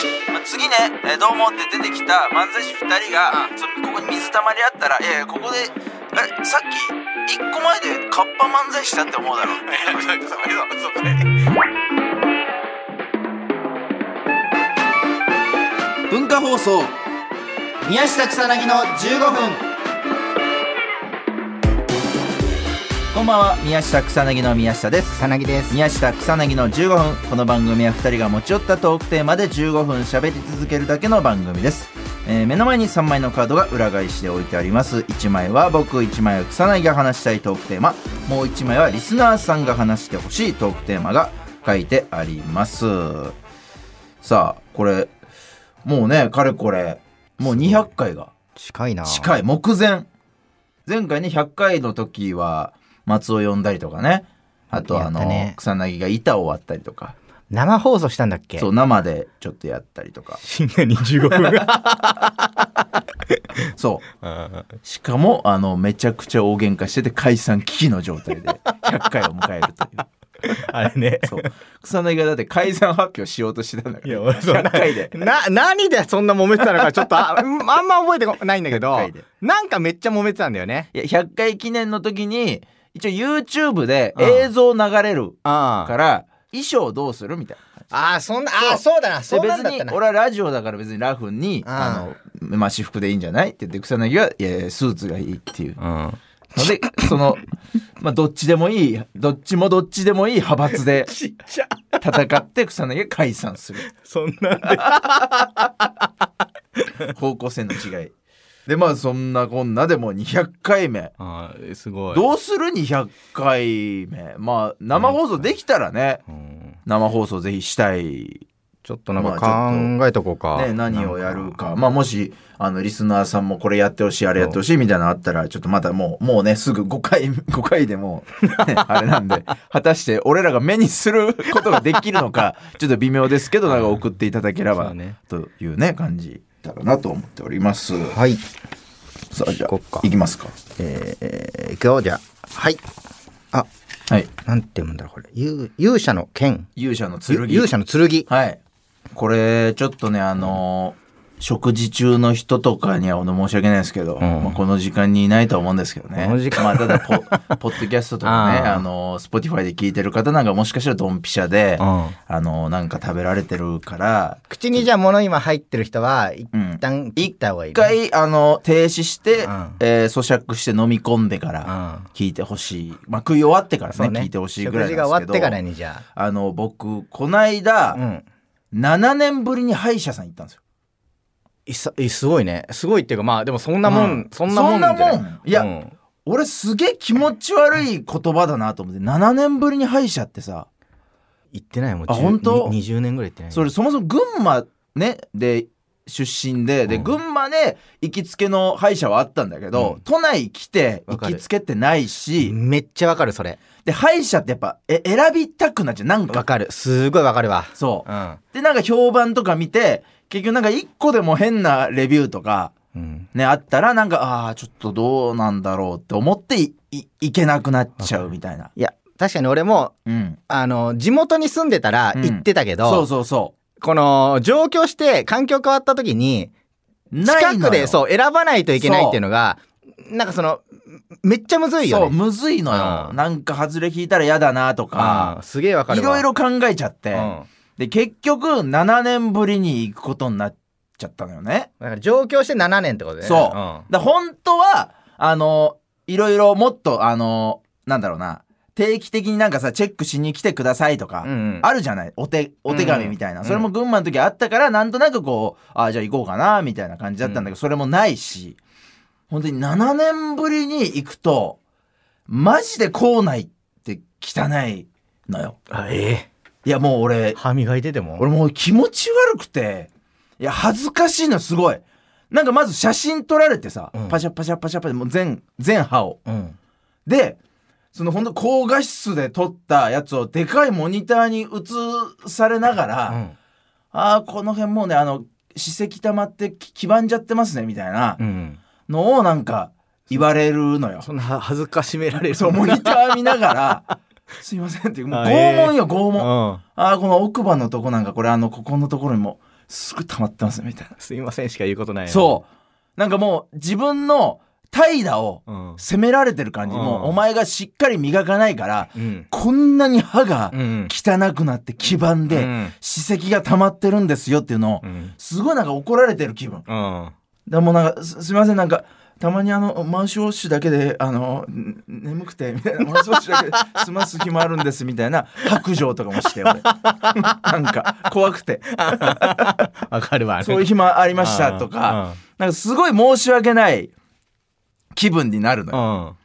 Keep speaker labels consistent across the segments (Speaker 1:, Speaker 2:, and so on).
Speaker 1: ね、えーどうもって出てきた漫才師2人が、そのここに水たまりあったら、いやいやここで、あれ、さっき、1個前でカッパ漫才したって思うだろう。
Speaker 2: それ
Speaker 1: 文化放送
Speaker 3: 宮下草薙の15分
Speaker 1: こんばんは、宮下草薙の宮下です。
Speaker 3: 草薙です
Speaker 1: 宮下草薙の15分この番組は2人が持ち寄ったトークテーマで15分喋り続けるだけの番組です、えー目の前に3枚のカードが裏返しで置いてあります1枚は僕1枚は草薙が話したいトークテーマもう1枚はリスナーさんが話してほしいトークテーマが書いてありますさあこれもうねかれこれもう200回が
Speaker 3: 近いな
Speaker 1: 近い目前前回ね100回の時は松尾呼んだりとかねあとあの、
Speaker 3: やったね
Speaker 1: 草薙が板を割ったりとか
Speaker 3: 生放送したんだっけ
Speaker 1: そう生でちょっとやったりとか
Speaker 3: 深夜に15分
Speaker 1: そうしかもあのめちゃくちゃ大喧嘩してて解散危機の状態 で100回を迎えるという
Speaker 3: あれね
Speaker 1: そう草薙がだって解散発表しようとしてたんだから
Speaker 3: いや俺そんな
Speaker 1: 100回で
Speaker 3: な何でそんな揉めてたのかちょっと あうんあんま覚えてこないんだけど
Speaker 1: 100回で
Speaker 3: なんかめっちゃ揉めてたんだよね
Speaker 1: いや100回記念の時に一応 YouTube で
Speaker 3: うん
Speaker 1: 映像流れる
Speaker 3: あ
Speaker 1: から、衣装どうするみたいな
Speaker 3: あーそんなあーそうだな
Speaker 1: で
Speaker 3: そう
Speaker 1: 別
Speaker 3: なんだっ
Speaker 1: に
Speaker 3: たな
Speaker 1: 俺はラジオだから別にラフにあ
Speaker 3: あ
Speaker 1: の、まあ、私服でいいんじゃないって言って草薙が「いやいやスーツがいい」っていう
Speaker 3: うん
Speaker 1: ので その、まあ、どっちでもいいどっちもどっちでもいい派閥で
Speaker 3: ちっちゃ
Speaker 1: 戦って草薙が解散 する
Speaker 3: そんなんで
Speaker 1: 方向性の違いでまあそんなこんなでもう200回目
Speaker 3: あーすご
Speaker 1: どうする200回目まあ生放送できたらね
Speaker 3: うん
Speaker 1: 生放送ぜひしたい
Speaker 3: ちょっとなん
Speaker 1: まあ
Speaker 3: か
Speaker 1: ちょっ
Speaker 3: 考えとこうか
Speaker 1: ね、何をやるかまあもしあのリスナーさんもこれやってほしいあれやってほしいみたいなのあったらちょっとまたもうもうねすぐ5回 5回でもう、ね あれなんで果たして俺らが目にする ことができるのかちょっと微妙ですけどなんか送っていただけれ
Speaker 3: そ
Speaker 1: ば
Speaker 3: うね
Speaker 1: というね感じだろうなと思っております
Speaker 3: はい
Speaker 1: さあじゃあ
Speaker 3: 行こっか
Speaker 1: いきますか
Speaker 3: えー、いくよじゃあはいあ
Speaker 1: はい
Speaker 3: なんて読むんだろうこれ勇勇者の剣
Speaker 1: 勇者の
Speaker 3: ゆ
Speaker 1: 剣
Speaker 3: 勇者の剣
Speaker 1: はいこれちょっとねあのー食事中の人とかにはほんと申し訳ないですけど、まあ、この時間にいないとは思うんですけどね
Speaker 3: この時間
Speaker 1: まあ、ただポ ポッドキャストとかね
Speaker 3: あー
Speaker 1: あの Spotify で聞いてる方なんかもしかしたらドンピシャで、
Speaker 3: うん
Speaker 1: あのなんか食べられてるから
Speaker 3: 口にじゃあ物今入ってる人は一
Speaker 1: うん
Speaker 3: 旦切った方がいい、
Speaker 1: 一回あの停止して、
Speaker 3: うん
Speaker 1: えー咀嚼して飲み込んでから
Speaker 3: う
Speaker 1: 聞いてほしい、まあ、食い終わってから
Speaker 3: そう
Speaker 1: ね聞いてほしいぐらいなんですけ
Speaker 3: 食事が
Speaker 1: ど
Speaker 3: 終わってからにじゃ
Speaker 1: あの僕こないだ、
Speaker 3: あうん
Speaker 1: 7年ぶりに歯医者さん行ったんですよ
Speaker 3: いさいすごいねすごいっていうかまあでもそんなもん、
Speaker 1: うん
Speaker 3: そんなもんじゃない
Speaker 1: そんなもんいや
Speaker 3: うん
Speaker 1: 俺すげえ気持ち悪い言葉だなと思って7年ぶりに歯医者ってさ
Speaker 3: 行ってないもう
Speaker 1: あ
Speaker 3: 10
Speaker 1: 本当
Speaker 3: に20年ぐらい行ってない
Speaker 1: それそもそも群馬ねで出身でで
Speaker 3: うん
Speaker 1: 群馬で行きつけの歯医者はあったんだけど、
Speaker 3: うん
Speaker 1: 都内来て行
Speaker 3: わか
Speaker 1: き
Speaker 3: る
Speaker 1: つけってないし
Speaker 3: めっちゃわかるそれ
Speaker 1: で歯医者ってやっぱえ選びたくなっちゃうなん
Speaker 3: わ
Speaker 1: か
Speaker 3: かるすごいわかるわ
Speaker 1: そううでなんか評判とか見て結局なんか1個でも変なレビューとか
Speaker 3: ん、うん、
Speaker 1: ねあったらなんかああーちょっとどうなんだろうって思っていい行けなくなっちゃうみたいな。
Speaker 3: いや確かに俺も
Speaker 1: うん、
Speaker 3: あの地元に住んでたら
Speaker 1: うん
Speaker 3: 行ってたけど、
Speaker 1: そうそうそう
Speaker 3: この上京して環境変わった時に
Speaker 1: ない
Speaker 3: 近
Speaker 1: のよ
Speaker 3: くでそう選ばないといけないっていうのがなんかそのめっちゃむずいよ
Speaker 1: そう
Speaker 3: ね。
Speaker 1: むずいのよ
Speaker 3: うん
Speaker 1: なんか外れ引いたら嫌だなと
Speaker 3: あ
Speaker 1: か
Speaker 3: あすげえわか
Speaker 1: い
Speaker 3: るわ。
Speaker 1: ろいろ考えちゃって、
Speaker 3: うん、だ
Speaker 1: で結局7年ぶりに行くことになっちゃったのよね
Speaker 3: から上京して7年ってことね。
Speaker 1: そう
Speaker 3: うん
Speaker 1: だ本当はあのいろいろもっとあのなんだろうな定期的になんかさチェックしに来てくださいとか、
Speaker 3: うんうん
Speaker 1: あるじゃないお手お手紙みたいな、
Speaker 3: うん
Speaker 1: それも群馬の時あったからなんとなくこうあじゃあ行こうかなみたいな感じだったんだけど、それもないし本当に7年ぶりに行くとマジで校内って汚いのよ
Speaker 3: あえ
Speaker 1: いやもう俺
Speaker 3: 歯磨いてても
Speaker 1: 俺もう気持ち悪くていや恥ずかしいのすごいなんかまず写真撮られてさ、
Speaker 3: うん
Speaker 1: パシャパシャパシャパシャもう全全歯を
Speaker 3: うん
Speaker 1: でそのほんと高画質で撮ったやつをでかいモニターに映されながら、
Speaker 3: うん
Speaker 1: ああ、この辺もうね、あの、歯石溜まってき黄ばんじゃってますね、みたいな
Speaker 3: うん
Speaker 1: のをなんか言われるのよ。
Speaker 3: そんな恥ずかしめられる
Speaker 1: そう、モニター見ながら、 すいませんって、もう
Speaker 3: あえー
Speaker 1: 拷問よ、拷
Speaker 3: う
Speaker 1: 問。
Speaker 3: ん
Speaker 1: ああ、この奥歯のとこなんか、これあの、ここのところにもすぐ溜まってますみたいな
Speaker 3: すいませんしか言うことない
Speaker 1: そうなんかもう自分の怠惰を
Speaker 3: うん
Speaker 1: 責められてる感じ、
Speaker 3: うん
Speaker 1: もうお前がしっかり磨かないから、
Speaker 3: うん
Speaker 1: こんなに歯が
Speaker 3: うん
Speaker 1: 汚くなって黄ばんで、
Speaker 3: うん
Speaker 1: 歯石が溜まってるんですよっていうのを、
Speaker 3: うん
Speaker 1: すごいなんか怒られてる気分
Speaker 3: うん
Speaker 1: でもうなんかすすみませんなんかたまにあのマウスウォッシュだけであのん眠くてみたいなマウスウォッシュだけで済ます暇あるんですみたいな白状とかもして俺なんか怖くて
Speaker 3: わかるわ
Speaker 1: そういう暇ありましたとかなんかすごい申し訳ない気分になるの
Speaker 3: う
Speaker 1: よ
Speaker 3: んうん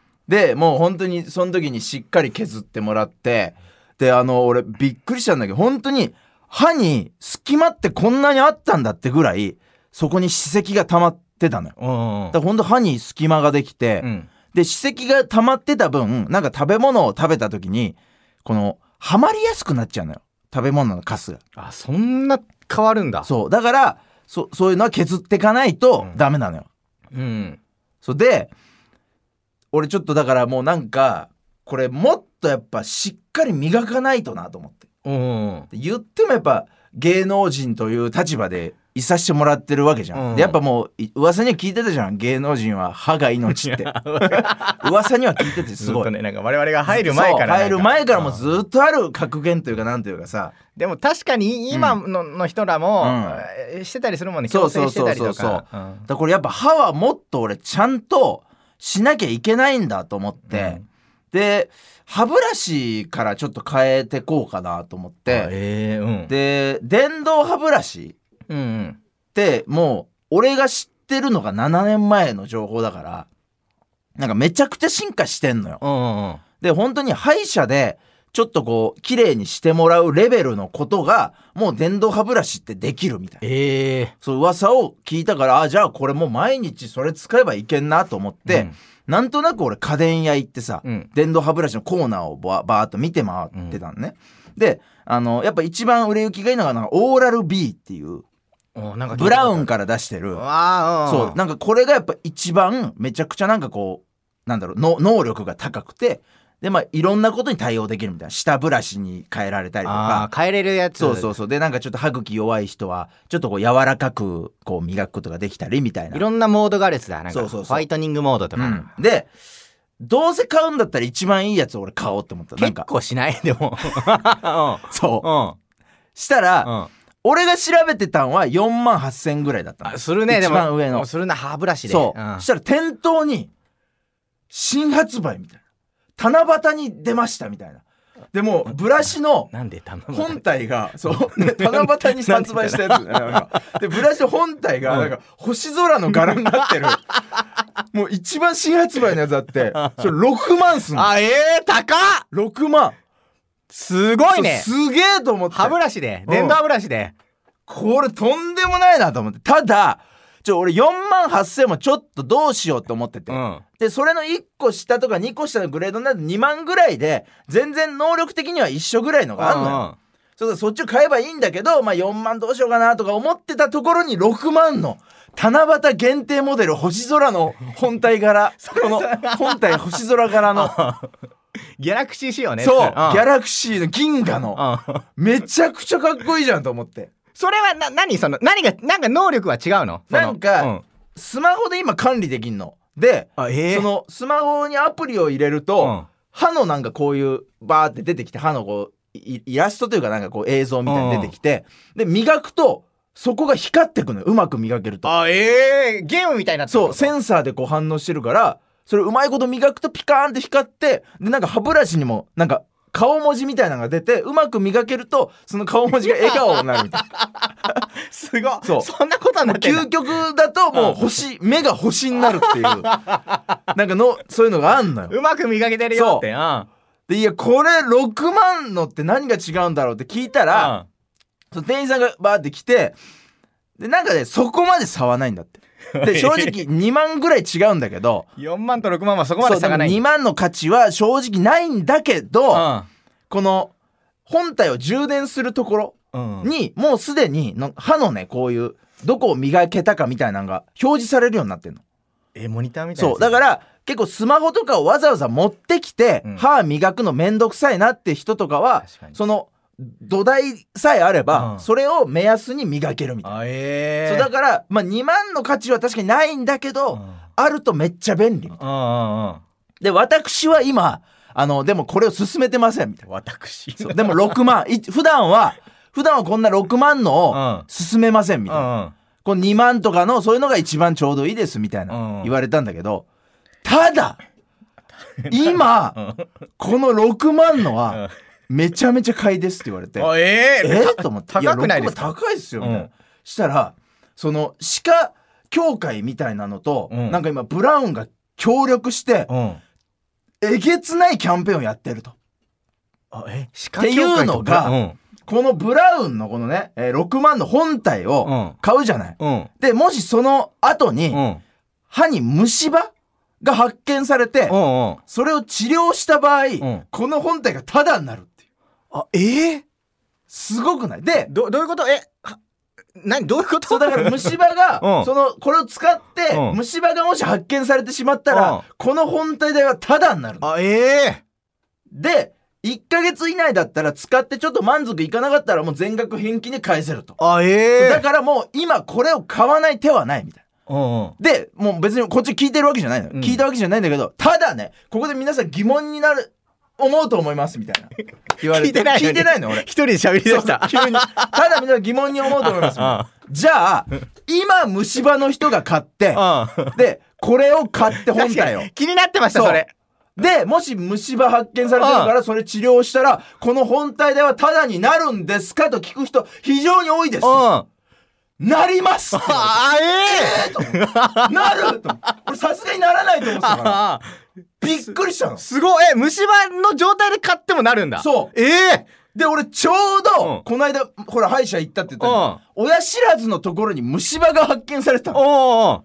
Speaker 1: でもう本当にその時にしっかり削ってもらってであの俺びっくりしたんだけど本当に歯に隙間ってこんなにあったんだってぐらいそこに歯石が溜まってたのよ
Speaker 3: うん
Speaker 1: だからほんと歯に隙間ができて、
Speaker 3: うん
Speaker 1: で歯石が溜まってた分なんか食べ物を食べた時にこのはまりやすくなっちゃうのよ食べ物のカスが
Speaker 3: あそんな変わるんだ
Speaker 1: そうだからそそういうのは削っていかないと
Speaker 3: うん
Speaker 1: ダメなのよ、
Speaker 3: うん
Speaker 1: そうで俺ちょっとだからもうなんかこれもっとやっぱしっかり磨かないとなと思って
Speaker 3: うん
Speaker 1: で言ってもやっぱ芸能人という立場でいさせてもらってるわけじゃん、
Speaker 3: うん
Speaker 1: でやっぱもうい噂には聞いてたじゃん芸能人は歯が命って 噂には聞いててす
Speaker 3: ずっ
Speaker 1: ごい
Speaker 3: とねなんか我々が入る前から
Speaker 1: そ
Speaker 3: なん
Speaker 1: う入る前からもう
Speaker 3: うん
Speaker 1: ずっとある格言というかなんというかさ
Speaker 3: でも確かに今のの人らも
Speaker 1: うん
Speaker 3: えーしてたりするもんね
Speaker 1: そうそう
Speaker 3: 強制して
Speaker 1: そう
Speaker 3: たり
Speaker 1: そう
Speaker 3: と
Speaker 1: そう
Speaker 3: かうん
Speaker 1: だからこれやっぱ歯はもっと俺ちゃんとしなきゃいけないんだと思って、
Speaker 3: うん
Speaker 1: で歯ブラシからちょっと変えてこうかなと思っ
Speaker 3: あ
Speaker 1: て、
Speaker 3: えーうん
Speaker 1: で電動歯ブラシ
Speaker 3: うんうん
Speaker 1: ってもう俺が知ってるのが7年前の情報だからなんかめちゃくちゃ進化してんのよ。
Speaker 3: うんうん
Speaker 1: で本当に歯医者でちょっとこう綺麗にしてもらうレベルのことがもう電動歯ブラシってできるみたいな
Speaker 3: ええ
Speaker 1: そう噂を聞いたからあじゃあこれもう毎日それ使えばいけんなと思って、なんとなく俺家電屋行ってさ、
Speaker 3: うん
Speaker 1: 電動歯ブラシのコーナーをババーっと見て回ってたのね、であのやっぱ一番売れ行きがいいのがなんかオーラル B っていう
Speaker 3: おなんか聞いた
Speaker 1: ブラウン
Speaker 3: こ
Speaker 1: から出してる
Speaker 3: とあるわあ
Speaker 1: そうなんかこれがやっぱ一番めちゃくちゃなんかこうなんだろうの能力が高くてでまあいろんなことに対応できるみたいな舌ブラシに変えられたりと
Speaker 3: あ
Speaker 1: か
Speaker 3: ー変えれるやつ
Speaker 1: そうそうそうでなんかちょっと歯茎弱い人はちょっとこう柔らかくこう磨くことができたりみたいない
Speaker 3: ろんなモードがあるやつだなんか
Speaker 1: そうそうそう
Speaker 3: ホワイトニングモードとか、
Speaker 1: うんでどうせ買うんだったら一番いいやつを俺買おうって思ったなん
Speaker 3: 結
Speaker 1: か
Speaker 3: 構しないで も
Speaker 1: そう
Speaker 3: う
Speaker 1: したら、
Speaker 3: んうん
Speaker 1: 俺が調べてたんは4万8000ぐらいだったの
Speaker 3: あするねでも
Speaker 1: 一番上の
Speaker 3: するな歯ブラシで
Speaker 1: そう、
Speaker 3: ん
Speaker 1: したら店頭に新発売みたいな七夕に出ましたみたいなでもうブラシの
Speaker 3: なんで頼む
Speaker 1: 本体がそう、ね、七夕に発売したやつ ねなんかでブラシの本体がなんか星空の柄になって るもう一番新発売のやつあってそれ6万すんの
Speaker 3: あえー、高っ
Speaker 1: 6万
Speaker 3: すごいね
Speaker 1: そうすげえと思って
Speaker 3: 歯ブラシで
Speaker 1: うん
Speaker 3: 電動歯ブラシで
Speaker 1: これとんでもないなと思ってただちょ俺4万8000もちょっとどうしようと思ってて、
Speaker 3: うん
Speaker 1: でそれの1個下とか2個下のグレードになると2万ぐらいで全然能力的には一緒ぐらいのがあんのよ、そうだそっちを買えばいいんだけど、まあ、4万どうしようかなとか思ってたところに6万の七夕限定モデル星空の本体 柄この本体星空柄の
Speaker 3: ギャラクシー仕様ね
Speaker 1: そうギ
Speaker 3: ん
Speaker 1: ャラクシーの銀河の
Speaker 3: うん
Speaker 1: めちゃくちゃかっこいいじゃんと思って
Speaker 3: それはな何その何がなんか能力は違うのその
Speaker 1: なんか
Speaker 3: うん
Speaker 1: スマホで今管理できんので
Speaker 3: あええ
Speaker 1: そのスマホにアプリを入れると、
Speaker 3: うん
Speaker 1: 歯のなんかこういうバーって出てきて歯のこうイイラストというかなんかこう映像みたいに出てきて、で磨くとそこが光ってくのようまく磨けると
Speaker 3: あええゲームみたいになってる
Speaker 1: そうセンサーでこう反応してるからそれうまいこと磨くとピカーンって光ってでなんか歯ブラシにもなんか顔文字みたいなのが出てうまく磨けるとその顔文字が笑顔になるみたいな
Speaker 3: すごい
Speaker 1: そう
Speaker 3: そんなことに なってんだ
Speaker 1: 究極だともう星目が星になる っていうなんかのそういうのがあんのよ
Speaker 3: うまく磨けてるよってうん
Speaker 1: でいやこれ6万のって何が違うんだろうって聞いたら、その店員さんがバーって来てでなんかねそこまで差はないんだってで正 直2万ぐらい違うんだけど
Speaker 3: うん、4万と6万はそこまで
Speaker 1: そう
Speaker 3: 差
Speaker 1: でも
Speaker 3: がない
Speaker 1: 2万の価値は正直ないんだけど、この本体を充電するところ
Speaker 3: うんうん
Speaker 1: にもうすでにの歯のねこういうどこを磨けたかみたいなのが表示されるようになってんの。
Speaker 3: えモニターみたいな
Speaker 1: そうだからら結構スマホとかをわざわざ持ってきて、
Speaker 3: うん
Speaker 1: 歯磨くのめんどくさいなって人とかは
Speaker 3: 確かに
Speaker 1: その土台さえあれば、
Speaker 3: うん
Speaker 1: それを目安に磨けるみたいな、
Speaker 3: あえ
Speaker 1: そうだから、まあ、2万の価値は確かにないんだけど、あるとめっちゃ便利みたいな
Speaker 3: うんうんうん
Speaker 1: で私は今あのでもこれを勧めてませんみたいな
Speaker 3: 私
Speaker 1: そうでも6万い普段は普段はこんな6万の
Speaker 3: う
Speaker 1: を
Speaker 3: ん
Speaker 1: 勧めませんみ
Speaker 3: う
Speaker 1: たいな、
Speaker 3: ん
Speaker 1: この2万とかのそういうのが一番ちょうどいいですみたいな、
Speaker 3: うん
Speaker 1: 言われたんだけどただ今、この6万のは、めちゃめちゃ買いですって言われて、
Speaker 3: あえ
Speaker 1: え
Speaker 3: え
Speaker 1: と思って
Speaker 3: た高くないです
Speaker 1: や
Speaker 3: か
Speaker 1: 6万高いですよ、みたいな
Speaker 3: うん
Speaker 1: したらその鹿協会みたいなのと、
Speaker 3: うん
Speaker 1: なんか今ブラウンが協力して、
Speaker 3: うん
Speaker 1: えげつないキャンペーンをやってると。
Speaker 3: あえ
Speaker 1: っていうのが
Speaker 3: うん
Speaker 1: このブラウンのこのね、えー6万の本体
Speaker 3: う
Speaker 1: を
Speaker 3: ん
Speaker 1: 買うじゃない。
Speaker 3: うん
Speaker 1: で、もしその後
Speaker 3: うんう
Speaker 1: に、
Speaker 3: ん
Speaker 1: 歯に虫歯が発見されて、
Speaker 3: うん
Speaker 1: それを治療した場合、
Speaker 3: ん
Speaker 1: この本体がタダになるっていう。
Speaker 3: あええ
Speaker 1: すごくないで、
Speaker 3: どどういうことえは何どういうこと
Speaker 1: そうだから虫歯
Speaker 3: う
Speaker 1: が、
Speaker 3: ん
Speaker 1: その、これを使って、
Speaker 3: うん
Speaker 1: 虫歯がもし発見されてしまったら、
Speaker 3: うん
Speaker 1: この本体代はタダになるの。
Speaker 3: あええ
Speaker 1: で、1ヶ月以内だったら使ってちょっと満足いかなかったらもう全額返金で返せると。
Speaker 3: あえ
Speaker 1: だ
Speaker 3: え
Speaker 1: からもう今これを買わない手はないみたいな。
Speaker 3: うんうん
Speaker 1: で、もう別にこっち聞いてるわけじゃないのよ。
Speaker 3: うん
Speaker 1: 聞いたわけじゃないんだけど、ただね、ここで皆さん疑問になる、思うと思います、みたいな。言われて。
Speaker 3: 聞いてないのに
Speaker 1: 聞いてないのよ俺。
Speaker 3: 一人で喋り
Speaker 1: そ
Speaker 3: だ
Speaker 1: う
Speaker 3: し
Speaker 1: そう
Speaker 3: た
Speaker 1: 急に。ただみんな疑問に思うと思いますみたいな。じゃあ、今虫歯の人が買って、
Speaker 3: うん
Speaker 1: で、これを買って本
Speaker 3: 確
Speaker 1: 体
Speaker 3: か
Speaker 1: を
Speaker 3: に。気になってました
Speaker 1: そう
Speaker 3: それ
Speaker 1: で、もし虫歯発見されてるから、それ治療したら、この本体ではただになるんですかと聞く人、非常に多いです
Speaker 3: うん。あ
Speaker 1: なりますって言われて
Speaker 3: あええ
Speaker 1: えーと思 ってなると思って俺さすがにならないと思ってたから
Speaker 3: ああ
Speaker 1: びっくりしたの
Speaker 3: すごいえ虫歯の状態で買ってもなるんだ
Speaker 1: そう
Speaker 3: ええ
Speaker 1: で俺ちょう
Speaker 3: う
Speaker 1: ど
Speaker 3: ん
Speaker 1: この間ほら歯医者行ったって言ったじゃん
Speaker 3: うん
Speaker 1: 親知らずのところに虫歯が発見されたの
Speaker 3: おう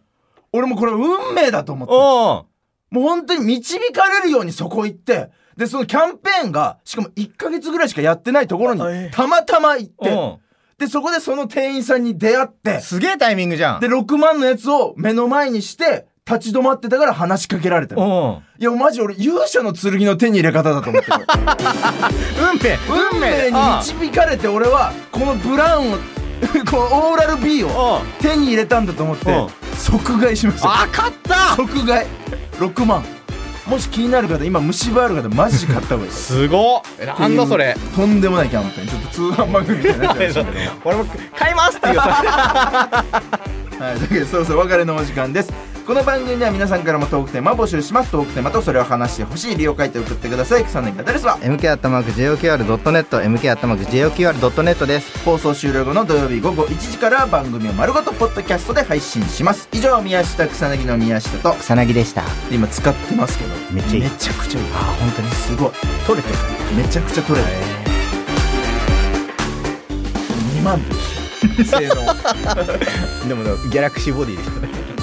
Speaker 1: 俺もこれ運命だと思っても
Speaker 3: おう
Speaker 1: う本当に導かれるようにそこ行ってでそのキャンペーンがしかも1ヶ月ぐらいしかやってないところ
Speaker 3: あえ
Speaker 1: に
Speaker 3: え
Speaker 1: たまたま行っ
Speaker 3: お
Speaker 1: て
Speaker 3: う
Speaker 1: でそこでその店員さんに出会って
Speaker 3: すげえタイミングじゃん
Speaker 1: で6万のやつを目の前にして立ち止まってたから話しかけられたの
Speaker 3: おう
Speaker 1: いや、マジ俺、勇者の剣の手に入れ方だと思ってる。
Speaker 3: 運命
Speaker 1: 運命に
Speaker 3: あ
Speaker 1: 導かれて、俺は、このブラウンを、 このオーラル B を
Speaker 3: あ
Speaker 1: 手に入れたんだと思って
Speaker 3: うん、
Speaker 1: 即買いしました。
Speaker 3: あ勝った
Speaker 1: 即買い。6万。もし気になる方、今虫歯ある方、マジで買った方がいいです。
Speaker 3: すごっえなんだそれ
Speaker 1: っていう。とんでもないキャンペーン。ちょっと通販番組みたいになっちゃいましたけど。
Speaker 3: 俺も買いますって言うよ それ
Speaker 1: はい、というわけでそろそろお別れのお時間ですこの番組では皆さんからもトークテーマを募集しますトークテーマとそれを話してほしい理由を書いて送ってください草薙アドレスは
Speaker 3: MK アットマーク JOQR.net MK アットマーク JOQR.net です
Speaker 1: 放送終了後の土曜日午後1時から番組を丸ごとポッドキャストで配信します以上宮下草薙の宮下と
Speaker 3: 草薙でした
Speaker 1: 今使ってますけど
Speaker 3: めっちゃいい
Speaker 1: めちゃくちゃいいあ本当にすごい取れてるめちゃくちゃ取れてる2万と一緒性能
Speaker 3: でもギャラクシーボディでしたね